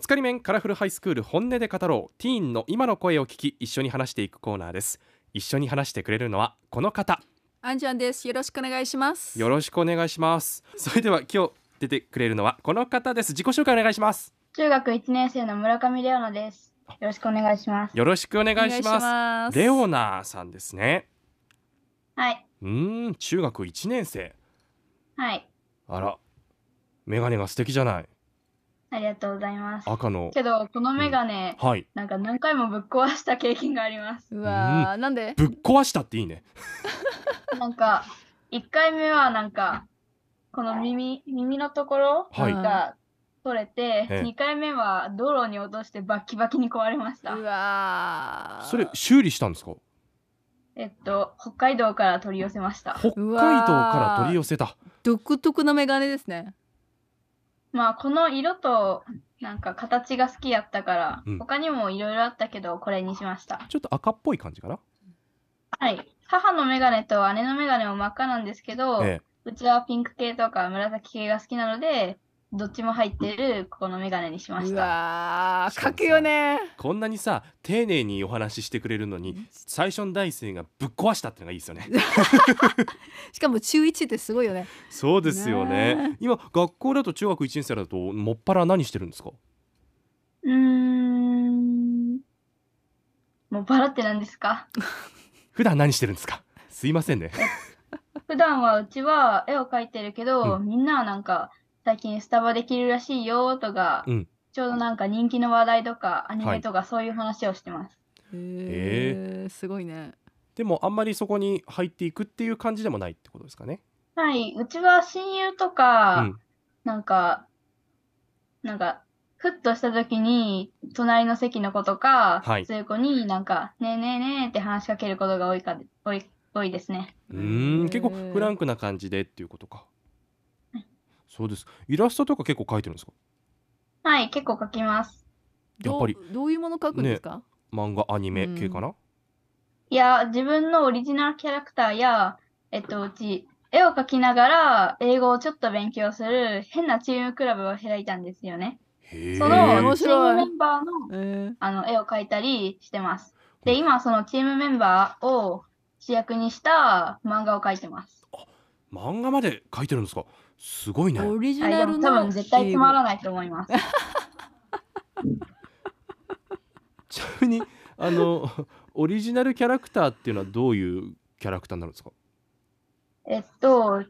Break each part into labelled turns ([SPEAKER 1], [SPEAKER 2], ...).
[SPEAKER 1] つかり面カラフルハイスクール本音で語ろうティーンの今の声を聞き一緒に話していくコーナーです一緒に話してくれるのはこの方
[SPEAKER 2] アンジャンです。よろしくお願いします。
[SPEAKER 1] よろしくお願いしますそれでは今日出てくれるのはこの方です自己紹介お願いします
[SPEAKER 3] 中学1年生の村上レオナです。よろしくお願いします。
[SPEAKER 1] よろしくお願いし
[SPEAKER 2] お願い
[SPEAKER 1] ま
[SPEAKER 2] し
[SPEAKER 1] す
[SPEAKER 2] ます
[SPEAKER 1] レオナさんですね
[SPEAKER 3] はい。
[SPEAKER 1] うーん中学1年生
[SPEAKER 3] はい。
[SPEAKER 1] あらメガネが素敵じゃない
[SPEAKER 3] ありがとうございます。
[SPEAKER 1] 赤の
[SPEAKER 3] けど、このメガネ、
[SPEAKER 1] はい
[SPEAKER 3] なんか何回もぶっ壊した経験があ ります。
[SPEAKER 2] うわー、なんで。
[SPEAKER 1] ぶっ壊したっていいね
[SPEAKER 3] なんか、1回目はなんか、この耳、耳のところ
[SPEAKER 1] はい
[SPEAKER 2] うん
[SPEAKER 3] が取れて、
[SPEAKER 1] ええ
[SPEAKER 3] 2回目は道路に落としてバッキバキに壊れまし
[SPEAKER 2] う
[SPEAKER 3] た。
[SPEAKER 2] わー。
[SPEAKER 1] それ修理したんですか
[SPEAKER 3] えっと、北海道から取り寄せました。
[SPEAKER 1] 北海道から取り寄せた
[SPEAKER 2] 独特のメガネですね。
[SPEAKER 3] まあ、この色と、なんか形が好きやったから、
[SPEAKER 1] うん
[SPEAKER 3] 他にもいろいろあったけど、これにしました。
[SPEAKER 1] ちょっと赤っぽい感じかな、
[SPEAKER 3] はい。母のメガネと姉のメガネも真っ赤なんですけど、
[SPEAKER 1] ええ、
[SPEAKER 3] うちはピンク系とか紫系が好きなので、どっちも入ってるこのメガネにしまし
[SPEAKER 2] う
[SPEAKER 3] た。
[SPEAKER 2] わー、
[SPEAKER 1] しかも
[SPEAKER 2] か
[SPEAKER 1] さ
[SPEAKER 2] くよね。
[SPEAKER 1] こんなにさ丁寧にお話ししてくれるのに最初の第一声がぶっ壊したってのがいいです よね
[SPEAKER 2] しかも中一ってすごいよね。
[SPEAKER 1] そうですよね
[SPEAKER 2] ね
[SPEAKER 1] 今学校だと中学1年生だともっぱら何してるんですか
[SPEAKER 3] うーん。もうバラって何ですか
[SPEAKER 1] 普段何してるんですかすいませんね
[SPEAKER 3] 普段はうちは絵を描いてるけど、
[SPEAKER 1] う
[SPEAKER 3] みんなはなんか最近スタバできるらしいよとか、
[SPEAKER 1] うん
[SPEAKER 3] ちょうどなんか人気の話題とかアニ
[SPEAKER 1] は
[SPEAKER 3] メ
[SPEAKER 1] い
[SPEAKER 3] とかそういう話をしてます。
[SPEAKER 2] へー、すごいね。
[SPEAKER 1] でもあんまりそこに入っていくっていう感じでもないってことですかね
[SPEAKER 3] はい、うちは親友と
[SPEAKER 1] う
[SPEAKER 3] か、
[SPEAKER 1] ん
[SPEAKER 3] なんか、なんか、ふっとした時に、隣の席の子とか、
[SPEAKER 1] はい
[SPEAKER 3] そういう子になんか、ねえねえねえって話しかけることが多いかで、多い、多いですね。
[SPEAKER 1] うーん結構フラン
[SPEAKER 2] ク。
[SPEAKER 1] クな感じでっていうことかそうですイラストとか結構描いてるんですか
[SPEAKER 3] はい、結構書きます。
[SPEAKER 1] やっぱり
[SPEAKER 2] どうどういうもの描くんですか。
[SPEAKER 1] 漫画アニメ系かな、
[SPEAKER 3] いや、自分のオリジナルキャラクターや、えっと、うち、絵を描きながら、英語をちょっと勉強する、変なチームクラブを開いたんですよね。
[SPEAKER 1] へえ
[SPEAKER 3] そ
[SPEAKER 2] ー面
[SPEAKER 3] の、チー
[SPEAKER 2] 白い
[SPEAKER 3] ムメンバーの、
[SPEAKER 2] えー
[SPEAKER 3] あの、絵を描いたりしてます。で、今、そのチームメンバーを主役にした漫画を描いてます。
[SPEAKER 1] 漫画まで描いてるんですかすごいね
[SPEAKER 2] オリジ
[SPEAKER 3] はい
[SPEAKER 2] ナ
[SPEAKER 3] で
[SPEAKER 2] ル
[SPEAKER 3] も
[SPEAKER 2] の
[SPEAKER 3] 多
[SPEAKER 2] 英語。
[SPEAKER 3] 分絶対つまらないと思います。
[SPEAKER 1] ちなみに あのオリジナルキャラクターっていうのはどういうキャラクターになるんですか
[SPEAKER 3] えっと、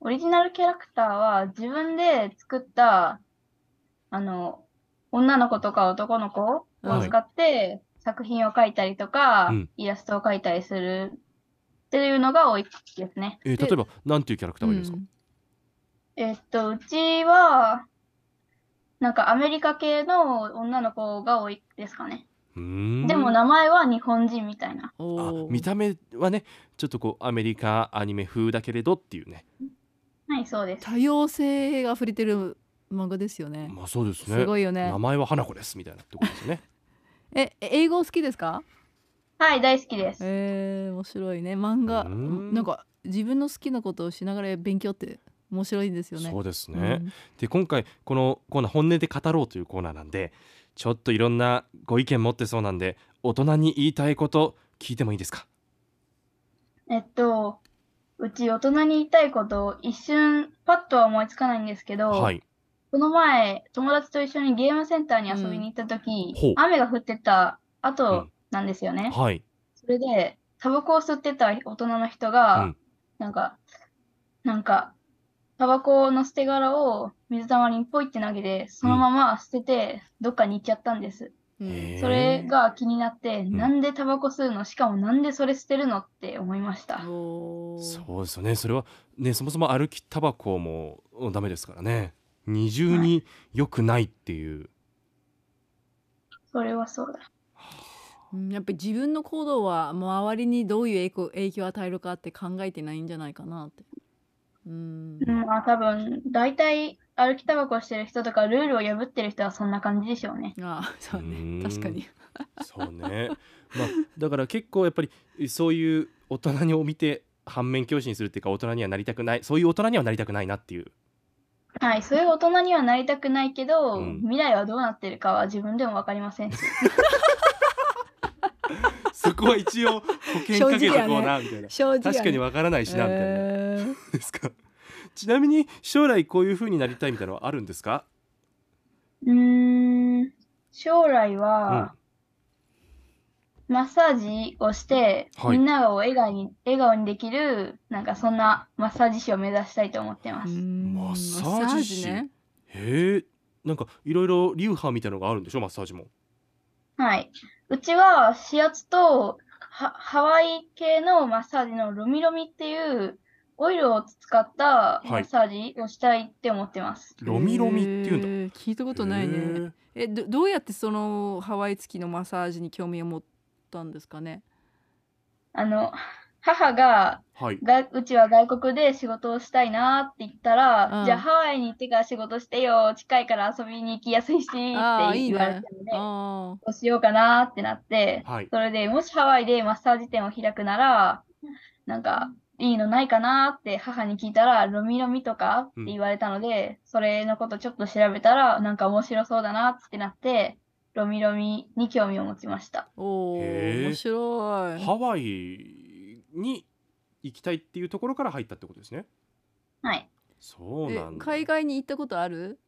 [SPEAKER 3] オリジナルキャラクターは自分で作った、あの、女の子とか男の子を
[SPEAKER 2] はい
[SPEAKER 3] 使って作品を描いたりとか、
[SPEAKER 1] うん
[SPEAKER 3] イラストを描いたりするっていうのが多いですね。
[SPEAKER 1] えー
[SPEAKER 2] で
[SPEAKER 1] 例えばなんていうキャラクターがいるんですか、
[SPEAKER 2] うん
[SPEAKER 3] えっと、うちは、なんかアメリカ系の女の子が多いですかね。
[SPEAKER 1] うーん
[SPEAKER 3] でも名前は日本人みたいな。
[SPEAKER 1] あ
[SPEAKER 2] おー
[SPEAKER 1] 見た目はねちょっとこうアメリカアニメ風だけれどっていうね
[SPEAKER 3] はい、そうです。
[SPEAKER 2] 多様性が溢れてる漫画ですよね。
[SPEAKER 1] まあそうですね
[SPEAKER 2] すごいよね
[SPEAKER 1] 名。前は花子ですみたいなってことですね
[SPEAKER 2] え、英語好きですか。
[SPEAKER 3] はい、大好きです。
[SPEAKER 2] えー、面白いね漫画
[SPEAKER 1] うん
[SPEAKER 2] なんか自分の好きなことをしながら勉強って面白いんですよね。
[SPEAKER 1] そうですね、
[SPEAKER 2] うん
[SPEAKER 1] で今回このコーナー本音で語ろうというコーナーなんでちょっといろんなご意見持ってそうなんで大人に言いたいこと聞いてもいいですか
[SPEAKER 3] えっと、うち大人に言いたいことを一瞬パッとは思いつかないんですけど、
[SPEAKER 1] はい
[SPEAKER 3] この前友達と一緒にゲームセンターに遊びに行った時、
[SPEAKER 1] うんほう
[SPEAKER 3] 雨が降ってた
[SPEAKER 1] う
[SPEAKER 3] 後
[SPEAKER 1] ん
[SPEAKER 3] なんですよね。
[SPEAKER 1] はい
[SPEAKER 3] それで、タバコを吸ってた大人の人が、
[SPEAKER 1] うん
[SPEAKER 3] なんか、なんか、タバコの捨て殻を水たまりにポイって投げて、そのまま捨てて、どっかに行っちゃったんです。
[SPEAKER 2] うん
[SPEAKER 1] へー
[SPEAKER 3] それが気になって、
[SPEAKER 1] ん
[SPEAKER 3] なんでタバコ吸うのしかもなんでそれ捨てるのって思いました。
[SPEAKER 2] おー
[SPEAKER 1] そうですよねそれはねそもそも歩きタバコもうんダメですからね二重に良くないっていう、
[SPEAKER 3] それはそうだ。
[SPEAKER 2] うんやっぱり自分の行動は周りにどういう影響影響を与えるかって考えてないんじゃないかなって。うん
[SPEAKER 3] うん、まあ多分、大体歩きタバコしてる人とか、ルールを破ってる人はそんな感じでしょうね。
[SPEAKER 2] あーそう
[SPEAKER 1] うん
[SPEAKER 2] ね確かに。
[SPEAKER 1] そうねまあだから結構やっぱりそういう大 人を見て反面教師にするっていうか大人にはなりたくないそういう大人にはなりたくないなっていう
[SPEAKER 3] はい、そういう大人にはなりたくないけど、
[SPEAKER 1] うん
[SPEAKER 3] 未来はどうなってるかは自分でもわかりませんし。
[SPEAKER 1] そこは一応保険かけとこうなみたいな、
[SPEAKER 2] 正直
[SPEAKER 1] 確かにわからないしなみたいな、
[SPEAKER 2] えー
[SPEAKER 1] ですかちなみに将来こういう風になりたいみたいなのはあるんですか
[SPEAKER 3] うーん、将来は、マッサージをして、
[SPEAKER 1] はい
[SPEAKER 3] みんなを笑顔に、笑顔にできる、なんかそんなマッサージ師を目指したいと思ってま
[SPEAKER 2] うー
[SPEAKER 3] す。
[SPEAKER 2] ん
[SPEAKER 1] マ
[SPEAKER 2] マ
[SPEAKER 1] ッ
[SPEAKER 2] ッ
[SPEAKER 1] サ
[SPEAKER 2] サ
[SPEAKER 1] ージ
[SPEAKER 2] ー
[SPEAKER 1] 師
[SPEAKER 2] ジね
[SPEAKER 1] へえなんかいろいろ流派みたいなのがあるんでしょマッサージも
[SPEAKER 3] はい。うちは、指圧とハ、ハワイ系のマッサージのロミロミっていう、オイルを使ったマッサージをしたいって思ってます。
[SPEAKER 1] ロミロミっていうんだ、
[SPEAKER 2] えー聞いたことない
[SPEAKER 1] へ
[SPEAKER 2] ね
[SPEAKER 1] ー
[SPEAKER 2] えどどうやってそのハワイ付きのマッサージに興味を持ったんですかね
[SPEAKER 3] あの、母が、
[SPEAKER 1] はい
[SPEAKER 3] がうちは外国で仕事をしたいなって言ったら、
[SPEAKER 2] うん
[SPEAKER 3] じゃあハワイに行ってから仕事してよ近いから遊びに行きやすいしって言
[SPEAKER 2] あ
[SPEAKER 3] わ
[SPEAKER 2] ー
[SPEAKER 3] れ
[SPEAKER 2] いいね
[SPEAKER 3] たので
[SPEAKER 2] あ
[SPEAKER 3] どうしようかなってなって
[SPEAKER 1] はい
[SPEAKER 3] それでもしハワイでマッサージ店を開くならなんかいいのないかなって母に聞いたらロミロミとかって言われたので、それのことちょっと調べたらなんか面白そうだなってなってロミロミに興味を持ちました
[SPEAKER 2] ーお
[SPEAKER 1] へー
[SPEAKER 2] ー面白い
[SPEAKER 1] ハワイに行きたいっていうところから入ったってことですね
[SPEAKER 3] はい
[SPEAKER 1] そう
[SPEAKER 2] え
[SPEAKER 1] なんだ
[SPEAKER 2] 海外に行ったことある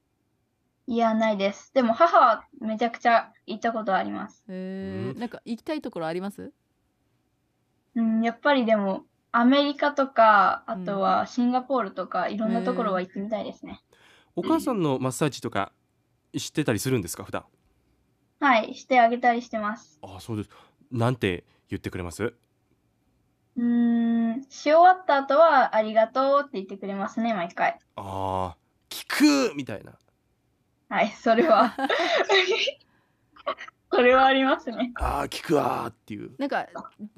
[SPEAKER 3] いやないですでも母はめちゃくちゃ行ったことあります
[SPEAKER 2] え
[SPEAKER 1] うん
[SPEAKER 2] ー、なんか行きたいところあります
[SPEAKER 3] うん、やっぱりでも、アメリカとか、あ
[SPEAKER 2] うん
[SPEAKER 3] とはシンガポールとか、いろんなところは行ってみたいですね。
[SPEAKER 1] お母さんのマッサージとか知ってたりするんですか普段
[SPEAKER 3] はい、してあげたりしてます。
[SPEAKER 1] あそうですなんて言ってくれます
[SPEAKER 3] うーん、し終わった後は、ありがとうって言ってくれますね、毎回。
[SPEAKER 1] あー聞くみたいな
[SPEAKER 3] はい、それは。 それはありますね。
[SPEAKER 1] あー聞くわーっていう
[SPEAKER 2] なんか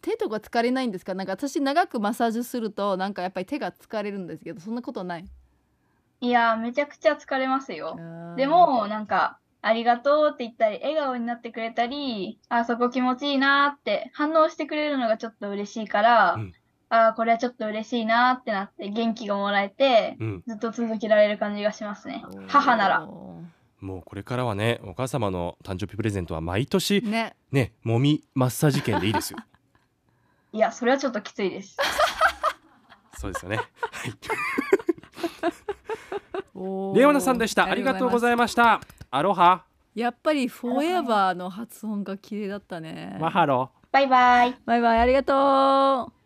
[SPEAKER 2] 手とか疲れないんですかなんか私長くマッサージするとなんかやっぱり手が疲れるんですけどそんなことない
[SPEAKER 3] いやー、めちゃくちゃ疲れますよ。で
[SPEAKER 2] あ
[SPEAKER 3] も、なんか、ありがとうって言ったり、笑顔になってくれたり、あそこ気持ちいいなって反応してくれるのがちょっと嬉しいから、
[SPEAKER 1] うん
[SPEAKER 3] あこれはちょっと嬉しいなってなって元気がもらえて、
[SPEAKER 1] うん
[SPEAKER 3] ずっと続けられる感じがしますね。
[SPEAKER 2] ー
[SPEAKER 3] 母なら。
[SPEAKER 1] もうこれからはねお母様の誕生日プレゼントは毎年
[SPEAKER 2] ね
[SPEAKER 1] ねもみマッサージ券でいいですよ
[SPEAKER 3] いや、それはちょっときついです。
[SPEAKER 1] そうですよ ね
[SPEAKER 2] おー
[SPEAKER 1] レオナさんでしたありがとうございましたアロハ
[SPEAKER 2] やっぱりフォーエバーの発音が綺麗だったね
[SPEAKER 1] マハロ
[SPEAKER 3] バイバイ。
[SPEAKER 2] バイバイありがとう